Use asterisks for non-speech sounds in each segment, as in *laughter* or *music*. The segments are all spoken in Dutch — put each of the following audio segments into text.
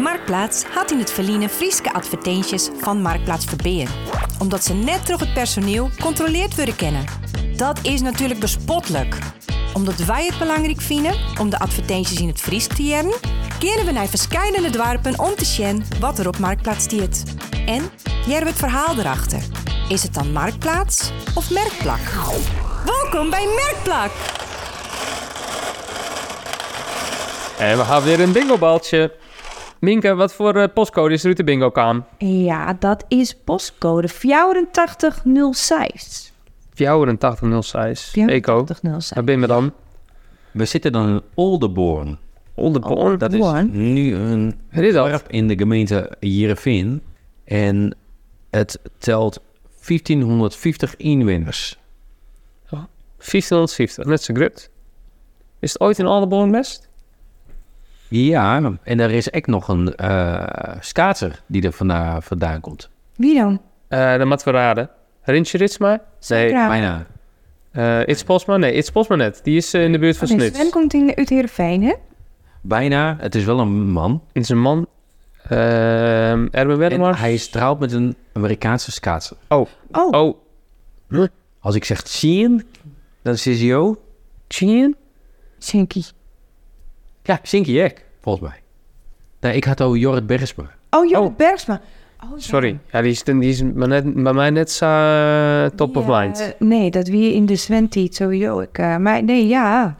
Marktplaats had in het verliezen Frieske advertenties van Marktplaats Verbeer. Omdat ze net terug het personeel controleerd willen kennen. Dat is natuurlijk bespottelijk. Omdat wij het belangrijk vinden om de advertenties in het Fries te jaren, keren we naar verschillende dorpen om te zien wat er op Marktplaats stiert. En jaren we het verhaal erachter. Is het dan Marktplaats of Merkplak? Welkom bij Merkplak! En we gaan weer een bingobaltje. Minke, wat voor eh, postcode is er uit de bingo kan? Ja, dat is postcode 84006. 8406. Eco. 84006. Waar ben je dan? We zitten dan in Oldenborn. Oldenborn. Dat is Born? nu een Wat is dat? dorp in de gemeente Jereveen. En het telt 1550 inwoners. 1570. Net zo groot. Is het ooit in Oldenborn best? Ja, en er is ook nog een eh skater die er vandaan, vandaan komt. Wie dan? Eh dat moeten we raden. Rintje Ritsma? Nee. Ja. Bijna. Eh, It's Posma? Nee, It's Posma net. Die is eh, in de buurt van Oh, Nee, Snits. Sven komt in, uit Heerenveen, hè? Bijna. Het is wel een man. Is een man. Ehm Erwin En Wedemar. hij is trouwd met een Amerikaanse skater. Oh. Oh, Oh. Als ik zeg Sien, dan is hij oh. Jean? Sinky. Ja, Sinky Jack, volgens mij. Nee, ik had al Jorrit Bergsma. Oh, Joop Oh. Bergsma. Oh, ja. Sorry. Ja, die is, die is maar net, bij mij net zo eh, top of Ja, mind. eh, nee, dat wie in de Zwentiet sowieso. Ik, eh, maar nee, ja.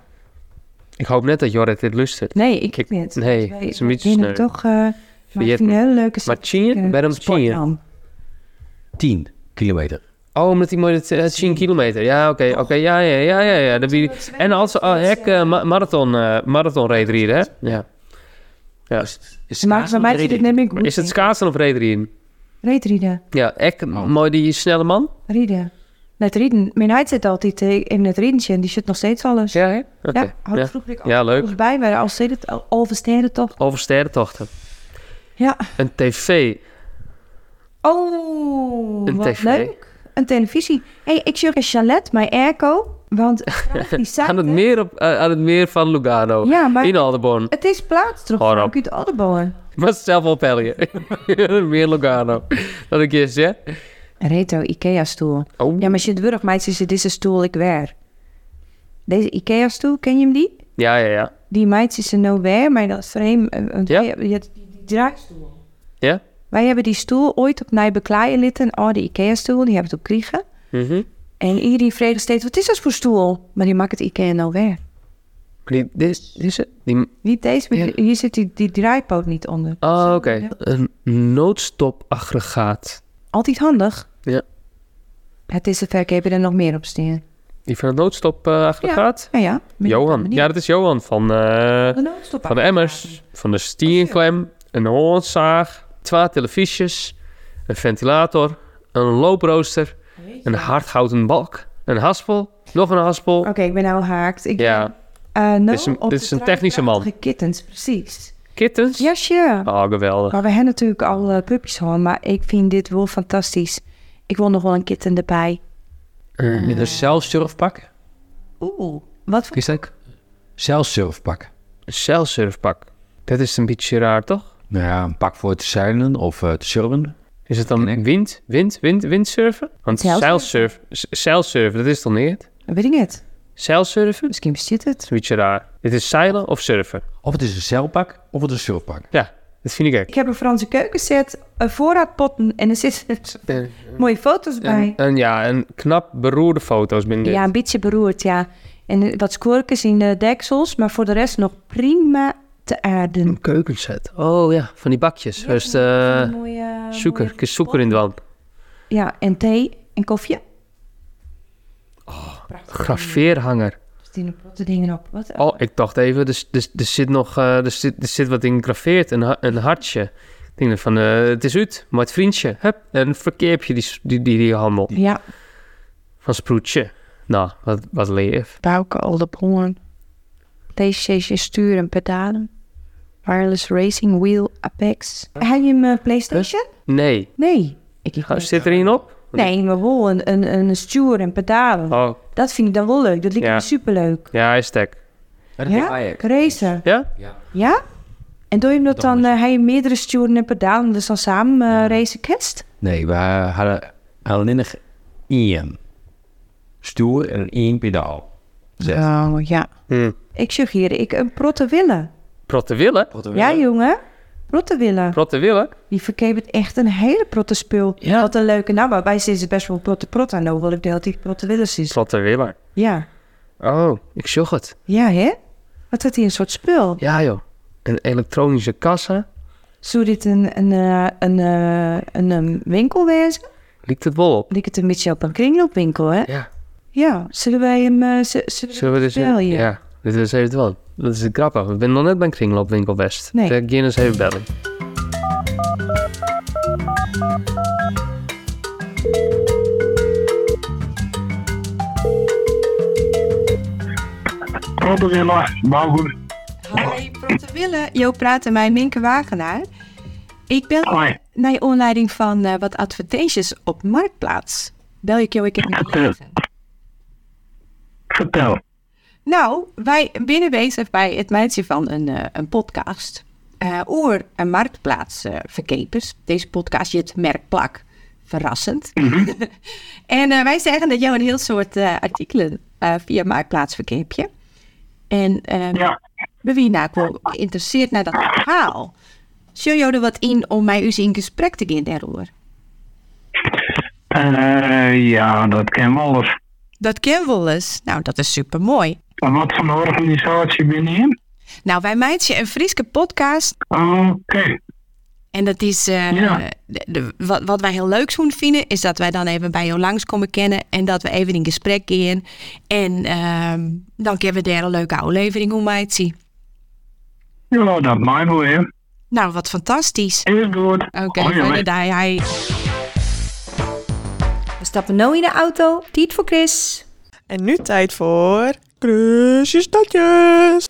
Ik hoop net dat Jorrit dit lustert. Nee, ik, Ik- niet. nee, Wij- het is een beetje wij sneu. vinden toch... eh maar ik het vind me. een hele leuke... Maar Chien? eh, Waarom Chien? sportnaam. 10 kilometer. Oh, omdat hij mooi dat eh, 10 kilometer. Ja, oké, Oh. oké. Ja, ja, ja, ja. ja. Dat wie- En als oh, hek eh, ma- marathon, eh marathon reed hier, hè? Ja. ja. Ze maken bij mij dit neem ik Maar Is het schaatsen of reed hier? Reetrieden. Ja, ek, Oh. mooi die snelle man. Rieden. Net rieden. Mijn huid zit altijd eh, in het riedentje en die zit nog steeds alles. Ja, hè? Oké. Ja, had Ja. vroeger ik al Ja, leuk. volgens bij waren als steeds het oversteden toch? Over sterrentochten. Ja. Een tv. Oh, Een wat tv. leuk. Een televisie. hey, ik zie ook een chalet, mijn airco. Want *laughs* die Aan het zaten... meer, op, eh, aan het meer van Lugano. Ja, maar- In Aldeborn. Het is plaats terug. Hoor op. Ik uit Alderboren. Was het zelf ophellen. *laughs* meer Lugano. Dat ik eerst, ja? Reto Ikea-stoel. Oh. Ja, maar als je het wurg meid is, dit is een stoel ik weer. Deze Ikea-stoel, ken je hem die? Ja, ja, ja. Die meid is er nou weer, maar dat frame... eh, eh, Ja. je hebt Die, die, die draaistoel. Ja? Wij hebben die stoel ooit op Nijbeklaaien litten. Een oude Ikea-stoel, die hebben we op Kriegen. Mhm. En iedereen vreeg steeds, wat is dat voor stoel? Maar die maakt het Ikea nou weer. Maar die, dit is- dit is het. Die, Niet deze, maar die- hier zit die, die draaipoot niet onder. Oh, oké. Een noodstopaggregaat. Altijd handig. Ja. Het is de verkeer er nog meer op staan. Die van het noodstopaggregaat? Ja, ja. Met Johan. die- Ja, dat is Johan van, eh, De noodstop. van de Emmers. Van de stierenklem. Een hoornzaag. Twee televisies. Een ventilator. Een looprooster. Een hardhouten balk. Een haspel. Nog een haspel. Oké, ik ben nou haakt. Ik Ja. eh, nou Dit is een- op dit de is een technische man. draaiprachtige kittens, precies. Kittens. Ja, sure. Oh, geweldig. Maar we hebben natuurlijk al eh, puppies gehad, maar ik vind dit wel fantastisch. Ik wil nog wel een kitten erbij. Met een zeilsurfpak. Oeh. Wat voor... Is dat? Zeilsurfpak. Een zeilsurfpak. Dat is een beetje raar, toch? Nou ja, een pak voor het zeilen of eh te surfen. Is het dan Ken ik. wind, wind, wind, windsurfen? Want Zeilsurfen. zeilsurf, z- zeilsurfen, dat is toch niet het? Dat weet ik het. Zeilsurfen? Misschien bestaat het. Een beetje raar. Dit is zeilen of surfen? Of het is een zeilpak of het is een surfpak. Ja, dat vind ik Ik echt. heb een Franse keukenset, een voorraadpotten en er zitten *laughs* mooie foto's bij. En, en ja, een knap beroerde foto's binnen dit. Ja, een beetje beroerd, ja. En eh, wat skorkjes in de deksels, maar voor de rest nog prima te aarden. Een keukenset. Oh ja, van die bakjes. Er is eh, mooie, zoeker, ik is zoeker in de wand. Ja, en thee en koffie. Graveerhanger. Stine protte dingen op. Wat? Oh, ik dacht even, er, er, er zit nog, eh, er, zit, er zit wat in gegraveerd, een, ha- een hartje. Ik denk van, eh, het is uit, maar het vriendje. Hup, en een verkeerpje die, s- die, die, die handel. Ja, Van sproetje. Nou, wat, wat leef. Bouke al de hoorn. PlayStation stuur en pedalen. Wireless Racing Wheel Apex. Heb je een eh, PlayStation? Nee. Nee. Ik, ik Ga- Zit er een op? nee, maar wel een, een, een stuur en pedalen. Oh, Dat vind ik dan wel leuk. Dat lijkt Ja. me superleuk. ja, hij is sterk. Dat Ja? Racer. Ja? Ja? En doe je hem dat Dan dan, eh, hij meerdere sturen en pedalen, dus dan samen eh, racen kerst? Nee, we hadden alleen nog één stoer en één pedaal. Zes. Oh, ja. Hm. Ik suggereer ik een protte willen. Protte willen? Ja, jongen. Protte willen. Protte willen? Die verkeert echt een hele protte spul. Ja. Wat een leuke naam. Bij ze is het best wel protte protte. Nou wil ik de hele tijd protte willens is. Protte willen. Ja. Oh, ik zocht het. Ja, hè? Wat had hij een soort spul? Ja joh. Een elektronische kassa. Zou dit een, een, eh, een, eh, een, eh, winkel wezen? Liekt het wel op. Ik het een beetje op een kringloopwinkel, hè? Ja. Ja. Zullen wij hem... eh, z- zullen Zullen we dus... Bel je? Ja, dit is even wel. Dat is grappig. Ik ben nog net bij een kringloopwinkel West. Nee. Ik ga eens even bellen. Proto Villa, Bouwgoed. Hoi, Protte Wille. Jo praat en mij, Minke Wagenaar. Ik bel Hoi. naar je online van eh, wat advertenties op Marktplaats. Bel ik jou, ik heb niet Vertel. gelezen. Vertel. Nou, wij binnen bezig bij het meidje van een, eh, een podcast. eh over een marktplaats eh, verkepers. Deze podcast je het merk plak. Verrassend. *laughs* en eh, wij zeggen dat jou een heel soort eh, artikelen eh, via marktplaats verkeepje. En ehm Ja. ben wie nou wel geïnteresseerd naar dat verhaal. Zul je er wat in om mij eens in gesprek te gaan daarover? Eh, ja, dat ken we alles. Dat kan wel eens. Nou, dat is super mooi. En eh, wat voor een organisatie ben je in? Nou, wij meidje een Friese podcast Oké. En dat is, eh, Ja. de- de- wat, wat wij heel leuk zoen vinden, is dat wij dan even bij jou langs komen kennen en dat we even in gesprek gaan. En ehm, dan kunnen we daar een leuke aflevering om uit zien. Ja, dat mij wel hè. Nou, wat fantastisch. Is goed. Oké, Hoi, hoi. verder daar. Hij... We stappen nou nu in de auto. Tiet voor Chris. En nu tijd voor Chrisjes Datjes.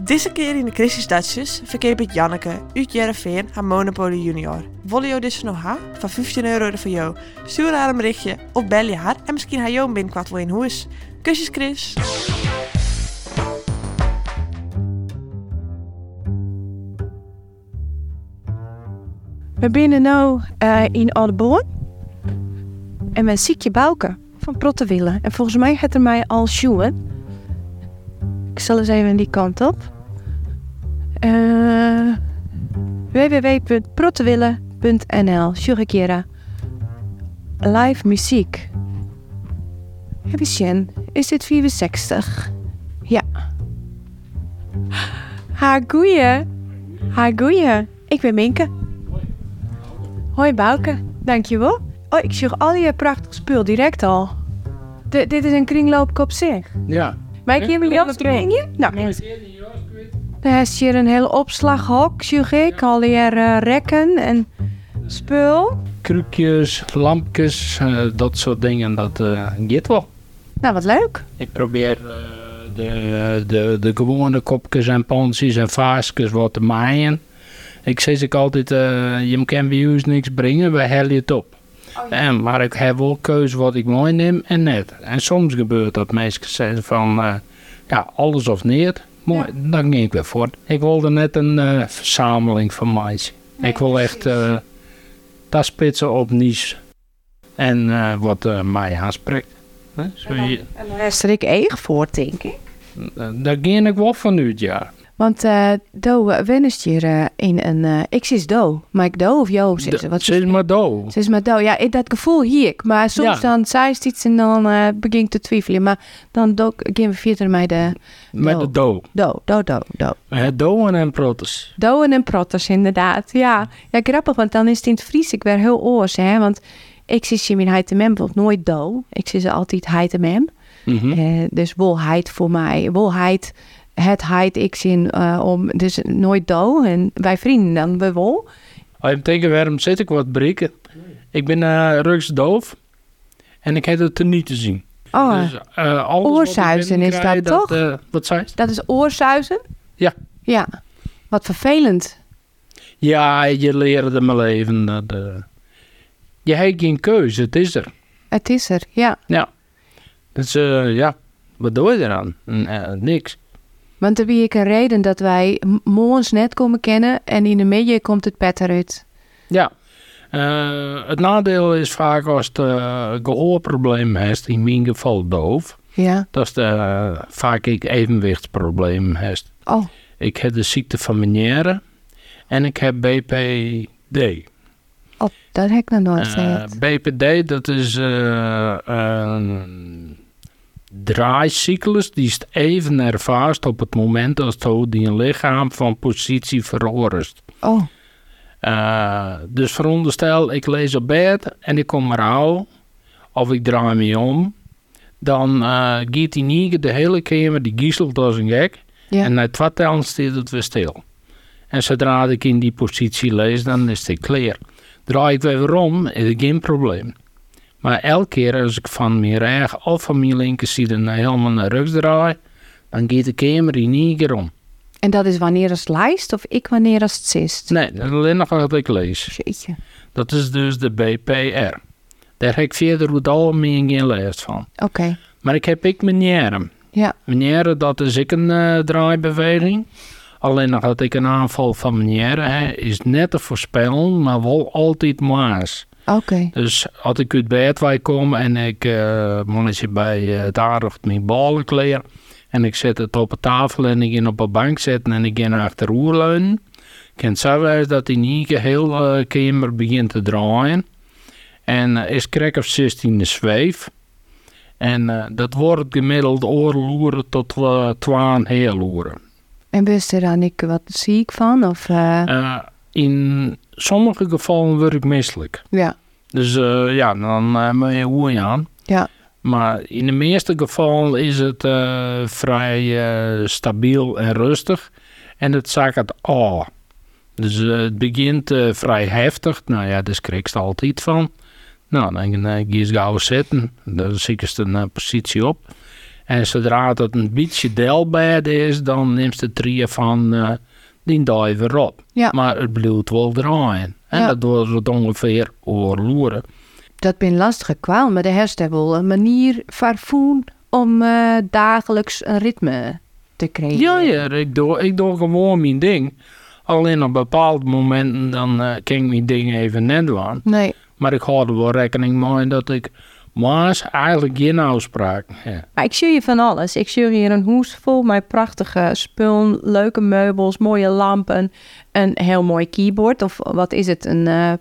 Deze keer in de Chrisjes Datjes verkeep ik Janneke uit Jereveen haar Monopoly Junior. Wolle je dit van haar? Van 15 euro voor jou. Stuur haar een berichtje of bel je haar en misschien haar jou binnenkwart wel in huis. Kusjes Chris. We binnen nu eh, in Aldeborn. En we ziek je Bouke van Prottenwillen. En volgens mij gaat er mij al sjoen. Ik zal eens even die kant op. Eh www.prottenwillen.nl Shurikera. Live muziek. Heb je zin? Is dit 64? Ja. Ha goeie. Ha goeie. Ik ben Minke. Hoi Bouke, dankjewel. Oh, ik zie al je prachtig spul direct al. D- dit is een kringloopje op zich. Ja. Maar ik heb een kringje? Nou, er is hier een hele opslaghok, zie ik. Al hier eh, rekken en spul. krukjes, lampjes, eh, dat soort dingen, dat eh gaat wel. Nou, wat leuk. Ik probeer eh, de, de, de gewone kopjes en pansies en vaasjes wat te maaien. Ik zeg ik altijd, eh, je kan bij ons niks brengen, we halen het op. en, maar ik heb wel keuze wat ik mooi neem en net. En soms gebeurt dat mensen zeggen van, eh, ja, alles of niet. Mooi, dan ging ik weer voort. Ik wilde net een eh, verzameling van mais. ik wil echt eh dat spitsen op niche. En eh, wat eh, mij aanspreekt. Hè, zo hier. Luister ik eeg voor, denk ik. Eh, Daar ging ik wel van uit, ja. Want eh Do eh, wenst hier eh, in een... eh, ik zie Do, maar ik Do of Jo, zit ze. Wat Ze is maar dood. Ze is maar dood. Ja, ik- dat gevoel hier ik. Maar soms Ja. dan zei ze iets en dan eh begin ik te twijfelen. Maar dan do- gaan we verder met de Met de dood. do, do, do, do. Het doden en protes. Doen en protters inderdaad. Ja. ja, grappig, want dan is het in het Fries ik weer heel oors. Hè? Want ik zie ze in Heitemem bijvoorbeeld nooit do. Ik zie ze altijd Heitemem. Hm? Eh, dus wolheid voor mij. Wolheid, het heid ik zin eh, om. Dus nooit do. En bij vrienden dan bij wol. Hij betekent waarom zit ik wat breken. Ik ben eh rugs doof. En ik heb het er niet te zien. Oh, Dus, eh, alles wat ik Oorzuizen is binnenkrijg, dat toch? eh, wat zei ze? dat is oorsuizen? Ja. Ja. Wat vervelend. Ja, je leerde er maar leven. Dat, eh, je hebt geen keuze, het is er. Het is er, ja. Dus eh, ja, wat doe je eraan? N- eh, niks. Want er wie ik een reden dat wij m- morgens net komen kennen en in de middag komt het pet eruit. Ja. Eh, het nadeel is vaak als het eh, gehoorprobleem heeft, in mijn geval doof, Ja. dat is eh, vaak ik evenwichtsprobleem heeft. Oh, Ik heb de ziekte van Meniere en ik heb BPD. oh dat heb ik nog nooit Eh, gezegd. BPD, dat is eh, een draaicyclus die is even ervaart op het moment dat het die lichaam van positie verhorst. Oh, Eh, dus veronderstel, ik lees op bed en ik kom rauw, of ik draai me om, dan eh gaat die nier de hele kamer, die gieselt als een gek, ja. en na twee tellen staat het weer stil. En zodra ik in die positie lees, dan is het clear. Draai ik weer om, is het geen probleem. Maar elke keer als ik van mijn rechter of van mijn linkerzijde naar helemaal naar rechts draai, dan gaat de kamer in één keer om. En dat is wanneer als het lijst of ik wanneer als het zist? Nee, dat is alleen nog wat ik lees. Jeetje. Dat is dus de BPR. Daar heb ik verder het algemeen geen last van. Oké. Maar ik heb ik manieren. Ja. Manieren, dat is ik een eh, draaibeweging. Alleen nog dat ik een aanval van manieren heb, is net te voorspellen, maar wel altijd maas. Oké. Dus als ik uit bed wij kom en ik eh moet je bij eh, het aardig mijn ballen kleren. En ik zet het op een tafel en ik in op een bank zetten en ik in achterover leunen. Kan het zo zijn dat in één keer heel eh, kamer begint te draaien. En eh, is krek of 16 de zweef. En eh, dat wordt gemiddeld oorloeren tot eh, twaan heel loeren. En wist er dan ik wat ziek van? Of, eh, Eh, in sommige gevallen word ik misselijk. Ja. Dus eh, ja, dan eh, moet je hoe je aan. Ja. Maar in de meeste gevallen is het eh, vrij eh, stabiel en rustig. En het zakt het al. Dus eh, het begint eh, vrij heftig. Nou ja, daar schrik je altijd van. Nou, dan eh, ga je gauw zitten. Dan zie je een eh, positie op. En zodra dat een beetje delbed is, dan neemt de drieën van eh, die duif weer op. Ja. Maar het bloed wil draaien. En Ja. dat wordt het ongeveer oorloeren. dat ben lastige kwaal, maar de hersenen wel een manier vervoen om eh, dagelijks een ritme te krijgen. Ja, ja, ik doe, ik doe gewoon mijn ding. Alleen op bepaalde momenten dan eh kan ik mijn ding even net doen. Nee, Maar ik hou er wel rekening mee dat ik maas eigenlijk geen afspraak heb. maar ik zie je van alles. Ik zie hier een hoes vol met prachtige spullen, leuke meubels, mooie lampen, een heel mooi keyboard of wat is het? Een, eh, Is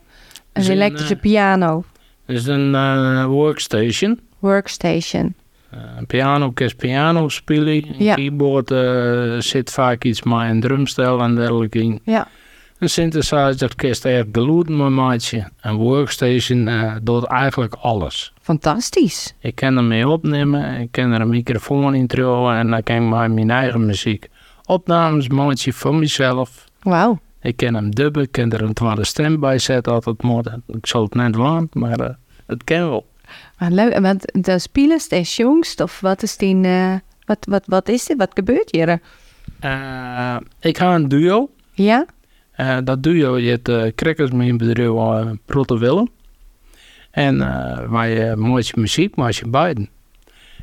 een een, elektrische eh, piano, Dus een eh, workstation. workstation. Eh, piano kan piano spelen. Een Ja. keyboard eh, zit vaak iets maar een drumstel en dergelijke in. Ja. Een synthesizer kist echt geluid maar maatje. Een workstation eh, doet eigenlijk alles. Fantastisch. Ik kan ermee opnemen, ik kan er een microfoon in trouwen en dan kan ik maar mijn eigen muziek. Opnames maatje voor mezelf. Wauw. Ik kan hem dubben, ik kan er een tweede stem bij zetten als het moet. Ik zal het net waan, maar eh, het kan wel. Maar leuk, en want de spelers, de jongst of wat is die, eh, wat, wat, wat is dit, wat gebeurt hier? Eh, ik ga een duo. Ja? Eh, dat duo heet eh Crackers, mijn bedrijf eh Protte Willem. En eh wij uh, mooie muziek, maar je beiden.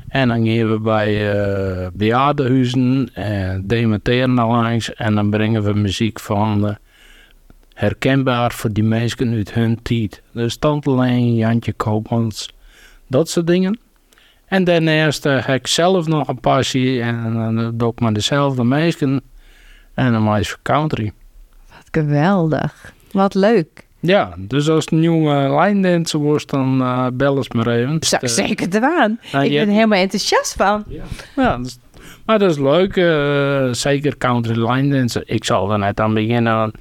En dan gaan we bij eh bejaardenhuizen, eh dementeren al langs. En dan brengen we muziek van eh, herkenbaar voor die mensen uit hun tijd. Dus Tante Leen, Jantje Koopmans, dat soort dingen. En daarnaast eh, heb ik zelf nog een passie en eh, dan doe ik maar dezelfde mensen. En dan maak ik voor country. Geweldig. Wat leuk. Ja, dus als het een jonge lijndancer wordt, dan eh bel eens maar even. Zou ik Eh, zeker doen. nou, Ik je- ben er helemaal enthousiast van. ja, dus- maar dat is leuk. eh, zeker country lijndancer. Ik zal er net aan beginnen. want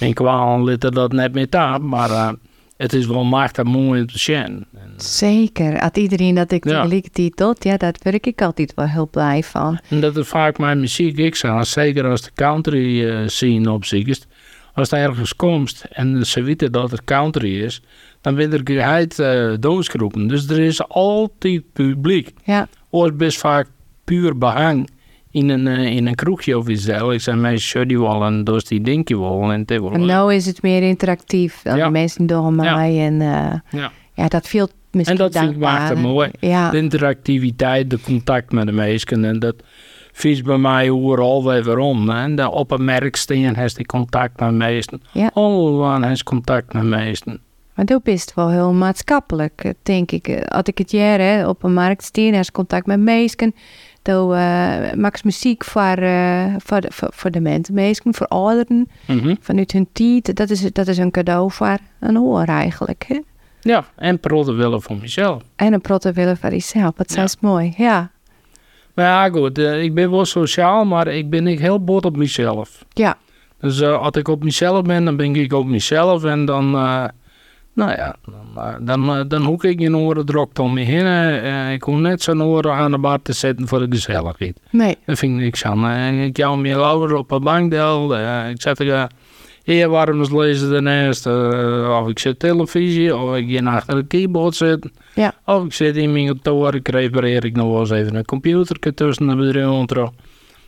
Mijn kwaal liet er dat net mee aan. Maar eh, het is wel machtig mooi om te zien. Zeker. Had iedereen dat ik Ja. tegelijkertijd doet, ja, daar word ik altijd wel heel blij van. En dat is vaak mijn muziek. Ik zou, zeker als de country eh scene op zich is. Als het ergens komt en ze weten dat het country is, dan ben er geheid eh doosgroepen. Dus er is altijd publiek. Ja, wordt best vaak puur behang in een, eh, in een kroegje of iets dergelijks. En mij shuddy wel en dus die dinkie wel en te en nou is het meer interactief. Dan Ja. de mensen door mij. En eh, Ja. ja, dat viel misschien En dat vind ik dankbaar. maakt het mooi. Ja, De interactiviteit, de contact met de mensen en dat vies bij mij hoe er alweer weer om. Hè? De oppermerkste heeft die contact met meesten. Ja. Allemaal heeft contact met meesten. Maar dat is wel heel maatschappelijk, eh, denk ik. Eh, Had ik het jaar hè, op een markt steen, als contact met meisken. Toen eh maakt muziek voor, eh, voor, de- voor, voor demente meisken, voor ouderen, Mhm. vanuit hun tiet. Dat is, dat is een cadeau voor een hoor eigenlijk. Hè? Ja, en prodden willen voor mezelf. En een protte willen voor jezelf. Dat is mooi, ja. Maar ja, goed, eh, ik ben wel sociaal, maar ik ben niet heel bot op mezelf. Ja. Dus eh, als ik op mezelf ben, dan ben ik op mezelf. En dan, eh, nou ja, dan, eh, dan, eh, dan hoek ik een oren drok om me heen. eh, ik hoef net zo'n oren aan de bar te zetten voor de gezelligheid. Nee. Daar vind ik niks aan. Eh, ik jou meer lauwer op een bankdel. eh, ik zet er eerwarmers lezen daarnaast. eh, of ik zit televisie, of ik hier achter het keyboard zit. Ja. Of ik zit in mijn kantoor, ik repareer ik nog wel eens even een computer tussen de bedrijven en terug.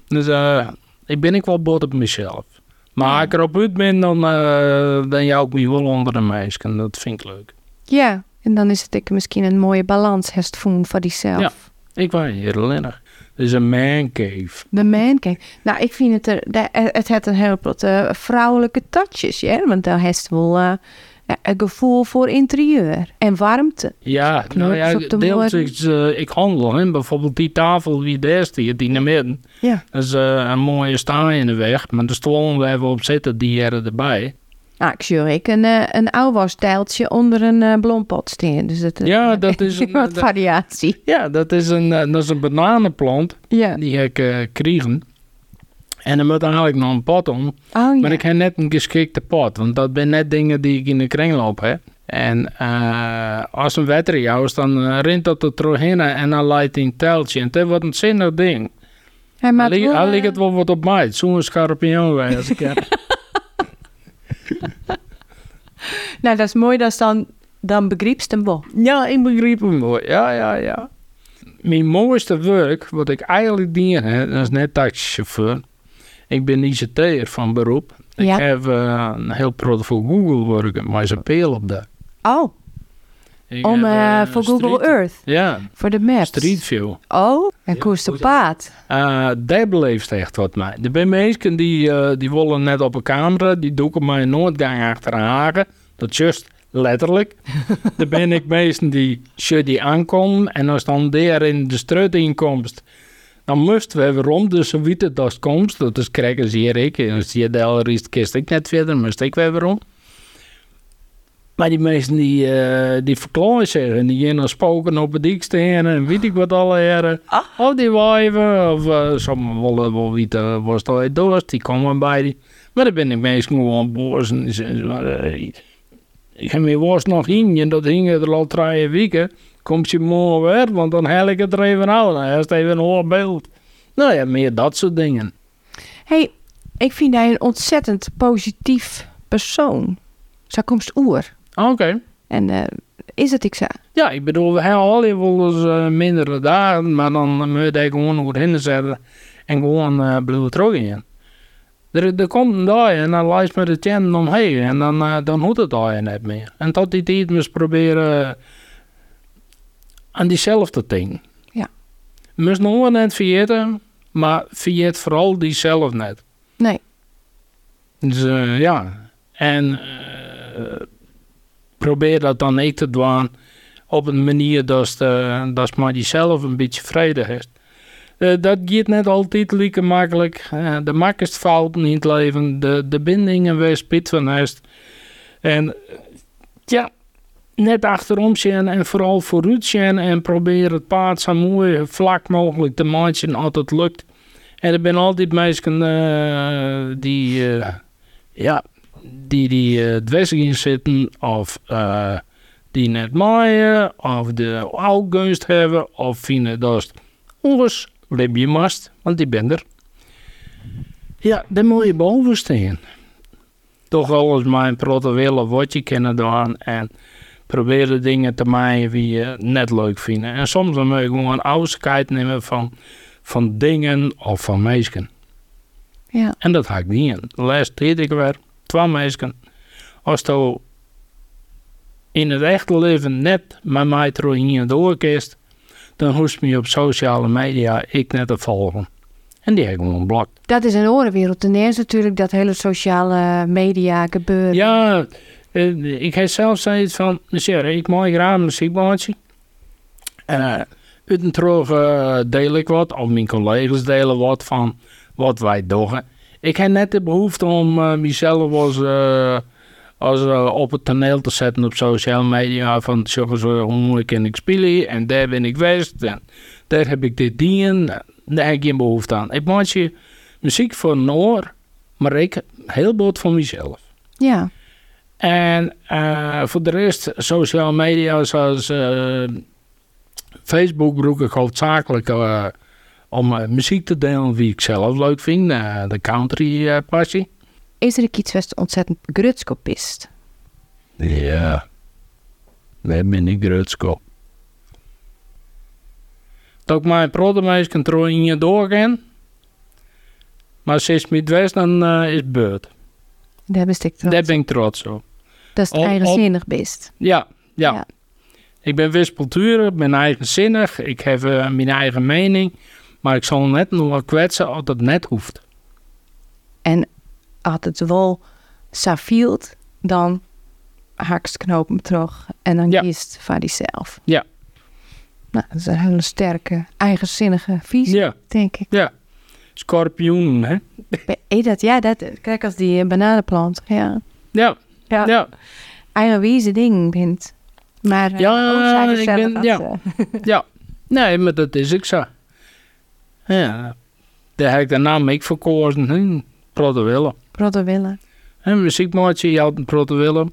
Dus eh, ik ben ik wel bot op mezelf. Maar als ik erop uit ben, dan, eh dan jou ik me wel onder de meisken. Dat vind ik leuk. Ja, en dan is het ik misschien een mooie balans herst voelen voor jezelf. Ja. Ik was hier lennig. Het is een man cave. De man, kijk. Nou, ik vind het er, de- het heeft een hele grote vrouwelijke touches, ja. Want daar heeft wel eh, een gevoel voor interieur en warmte. Ja, nou Knopjes ja, op de deels molen. is, eh, ik handel. Hè. Bijvoorbeeld die tafel die daar staat, die naar midden. Ja. Dat is eh, een mooie staan in de weg. Maar de stoelen waar we op zitten, die heren erbij. Nou, ik zie ik een, eh een ouwwastijltje onder een eh bloempot staan. Dus dat, Ja, *laughs* dat is een, eh, wat dat, variatie. ja, dat is een, eh, dat is een bananenplant Ja. die ik eh kregen. En er moet eigenlijk nog een pot om. Oh, ja. Maar ik heb net een geschikte pot, want dat zijn net dingen die ik in de kringloop heb. En eh, als een wetter jou is, dan eh, rint dat er terug heen en dan leidt hij een teltje. En dat wordt een zinnig ding. Hij Hij maakt ligt- wel, Hij eh, ligt het wel wat op mij. Zo'n scorpion *laughs* wij als ik heb. Nou, dat is mooi, dat is dan, dan begrijpst hem wel. Ja, ik begrijp hem wel. Ja, ja, ja. Mijn mooiste werk, wat ik eigenlijk dien, hè, dat is net taxichauffeur. Ik ben ICT'er van beroep. Ja. Ik heb eh, een heel product voor Google werken, maar is een peel op dat. Oh, Ik om, heb, eh, eh, voor street- Google Earth, Ja, voor de maps. Street View. Oh, en koers de paard. Eh, daar beleeft echt wat mij. Er zijn mensen die, eh, die willen net op een camera, die doeken mij nooit gang achter een hagen. Dat is juist letterlijk. er ben ik mensen die shuddy aankomen en als dan daar in de strut inkomst, dan moesten we weer om. Dus ze weten dat het komt, dat is krijgen ze hier ik. En als je daar is, kist ik net verder, moest ik weer weer om. Maar die mensen die, eh die verklooien zich en die gaan dan spoken op de dikstenen en weet ik wat alle heren. Of die wijven, of eh, sommigen willen wel eh, weten was het ooit dorst, die komen bij die. Maar dan ben ik meestal gewoon boos. en die zeggen ze, maar, eh, Ik heb me worst nog in en dat hing er al drie weken. Komt je morgen weer, want dan haal ik het er even uit. Dan is het even een hoor beeld. Nou ja, meer dat soort dingen. hey, ik vind hij een ontzettend positief persoon. Zij komt oer. Oké. En eh, is het ik zei? Ja, ik bedoel, we hebben al wel eens eh, mindere dagen, maar dan moet je gewoon goed inzetten en gewoon eh blijven terug in. Er, er komt een dag en dan lijst met de tenten omheen en dan, eh, dan hoeft het daar net meer. En tot die tijd moest proberen eh, aan diezelfde ding. Ja. Moest nog wel net vergeten, maar vergeet vooral diezelf net. Nee. Dus eh, ja, en eh, probeer dat dan niet te doen op een manier dat ze, dat ze maar jezelf een beetje vredig is. Eh, dat gaat net altijd lekker makkelijk. Eh, de makkelijkste fouten in het leven, de, de bindingen waar spit van heeft. En eh, ja, net achterom zijn en vooral vooruit zijn en probeer het paard zo mooi vlak mogelijk te maken als het lukt. En er zijn altijd mensen eh, die, eh, ja, die, die eh het west in zitten of... eh, die net maaien of de oudgunst hebben of vinden dat het ons lip je mast, want die ben er. Ja, daar moet je boven staan. Toch alles maar een protte willen wat je kan doen en proberen dingen te maaien die je net leuk vindt. En soms dan moet je gewoon afscheid nemen van, van dingen of van mensen. Ja. En dat had ik niet in. Laatst deed ik weer twee mensen. Als je in het echte leven net met mij terug hier doorkist, dan hoest me op sociale media ik net te volgen. En die heb ik gewoon blokt. Dat is een orenwereld. Ten eerste natuurlijk dat hele sociale media gebeuren. Ja, eh, ik heb zelf zoiets van, meneer, ik maak graag een muziekbandje. En eh uit een terug eh, deel ik wat, of mijn collega's delen wat van wat wij doen. Ik heb net de behoefte om eh, mezelf als, eh, als, eh, op het toneel te zetten op sociale media. Van, zeg eens, eh, hoe moeilijk kan ik spelen? En daar ben ik best. En daar heb ik dit dien. Daar heb ik geen behoefte aan. Ik maak je muziek voor een oor, maar ik heel boot voor mezelf. Ja. En eh, voor de rest, sociale media zoals eh, Facebook gebruik ik hoofdzakelijk eh, om eh, muziek te delen wie ik zelf leuk vind. eh, de country eh, passie. Is er iets wat ontzettend grutskopist? Ja, daar ben ik trots op. Dat ik mijn prodemeisje in je doorgaan. Maar sinds Midwest dan eh, is het beurt. Daar ben ik trots. Daar ben ik trots op. Dat is het op- op- eigenzinnig best. Ja, ja. Ja. Ik ben wispelturig, ik ben eigenzinnig, ik heb eh, mijn eigen mening. Maar ik zal net nog wel kwetsen als dat net hoeft. Had het wel safield, dan hakst knoop hem terug en dan Ja. kiest van diezelf. Ja. Nou, dat is een hele sterke, eigenzinnige visie, Ja, denk ik. scorpioen, hè? Be- eh, dat, ja, dat kijk als die eh, bananenplant. Ja. Ja, Ja. ja, Eigenwijze dingen bent. Maar eh, Ja, ook zaken ik zelf ben- dat, ja. eh, ja. Nee, maar dat is ik zo. Ja, daar heb ik de naam ik verkozen. Hm, Protte Willem. Rodder willen. Een muziekmaatje, je had een Protte Willem.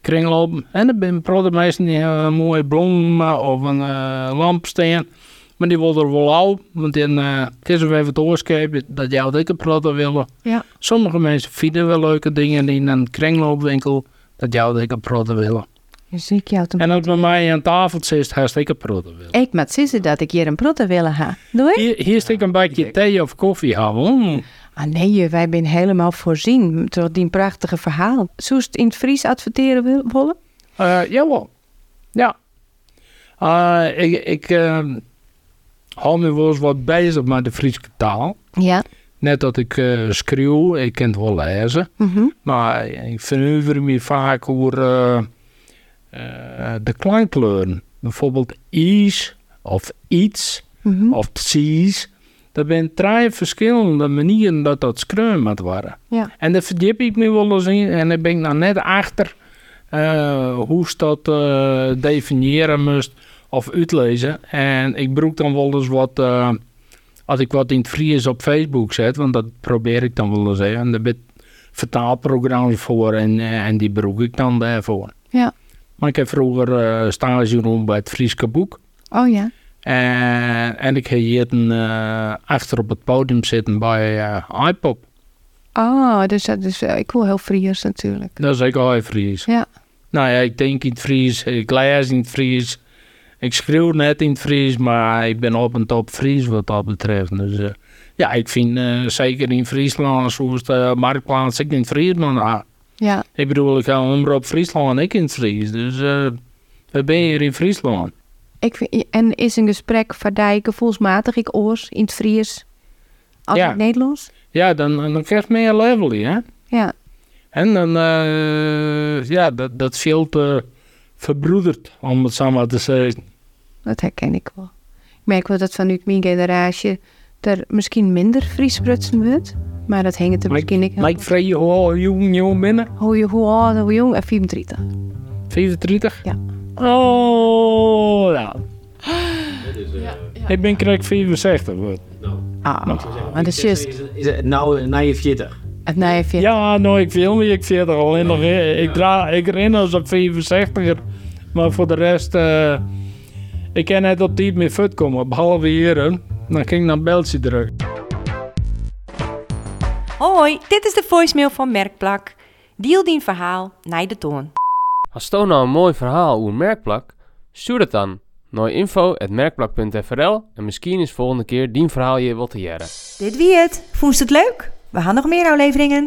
Kringlopen. En dan ben Protte meestal die hebben een mooie bloem eh, of een eh, lampsteen. Maar die wordt er wel oud. Want in, eh, het is er even te oorscapen dat jij had ik een Protte Willem. Ja. Sommige mensen vinden wel leuke dingen in een kringloopwinkel. Dat jou ik een Protte Willem. Je ziet jou te... En als bij mij aan tafel zit, haast ik een Protte Willem. Ik moet zeggen dat ik hier een protte willen ha. Doe ik? Hier, hier stik een bakje thee of koffie houden. Ah nee, wij zijn helemaal voorzien door die prachtige verhaal. Zoest in het Fries adverteren wil- willen? Ja Eh, jawel. Ja. Eh, ik ik ehm, hou me wel eens wat bezig met de Friese taal. Ja. Net dat ik eh schreeuw, ik kan het wel lezen. Mhm. Maar ik verheuver me vaak over eh, eh, de klankkleuren. Bijvoorbeeld is of iets Mhm. of precies. Dat zijn drie verschillende manieren dat dat schreeuwen moet worden. Ja. En daar verdiep ik me wel eens in. En daar ben ik nou net achter eh, hoe ze dat eh, definiëren moest of uitlezen. En ik broek dan wel eens wat... eh, als ik wat in het Fries op Facebook zet, want dat probeer ik dan wel eens even. En daar ben vertaalprogramma's voor en, eh, en die broek ik dan daarvoor. Ja. Maar ik heb vroeger eh stage rond bij het Frieske Boek. Oh ja. En, en ik heb hier een, eh, achter op het podium zitten bij eh iPop. Oh, dus dat is, eh, ik wil heel Fries natuurlijk. Dat is ook al in Fries. Ja. Nou ja, ik denk in het Fries, ik lees in het Fries. Ik schreeuw net in het Fries, maar ik ben op en top Fries wat dat betreft. Dus eh, ja, ik vind eh, zeker in Friesland, zoals de marktplaats, ik in het Fries. Maar ah, Ja. ik bedoel, ik ga hem op Friesland en ik in het Fries. Dus eh we ben hier in Friesland. Ik vind, en is een gesprek van die gevoelsmatig ik oors in het Fries als Ja. in het Nederlands? Ja, dan, dan krijg je meer level, hè? Ja. En dan, eh, ja, dat, dat veld eh, verbroedert, om het zo maar te zeggen. Dat herken ik wel. Ik merk wel dat vanuit mijn generatie er misschien minder Fries prutsen wordt. Maar dat hangt er Maar ik- misschien niet. Maar ik vraag je hoe oh, jong jong binnen? Hoe je- hoe oud, hoe jong? Eh, 34. 35? Ja. Oh, ja. Ik ben krijg 65. wordt. Ah, maar dat is juist Is het nou na je 40? het nee, vind- Ja, nou, ik wil niet, ik 40 alleen nog. hè. Ik, dra, ik ren als een 65er. Maar voor de rest, eh, ik kan net op tijd meer fut komen, behalve hier. hè. Dan ging ik naar België terug. Hoi, dit is de voicemail van Merkplak. Deel dien verhaal naar de toon. Als toon nou een mooi verhaal over merkplak, stuur het dan. Naar info.merkplak.frl en misschien is volgende keer dien verhaal je wel te jaren. Dit wie het. Vond je het leuk? We gaan nog meer afleveringen.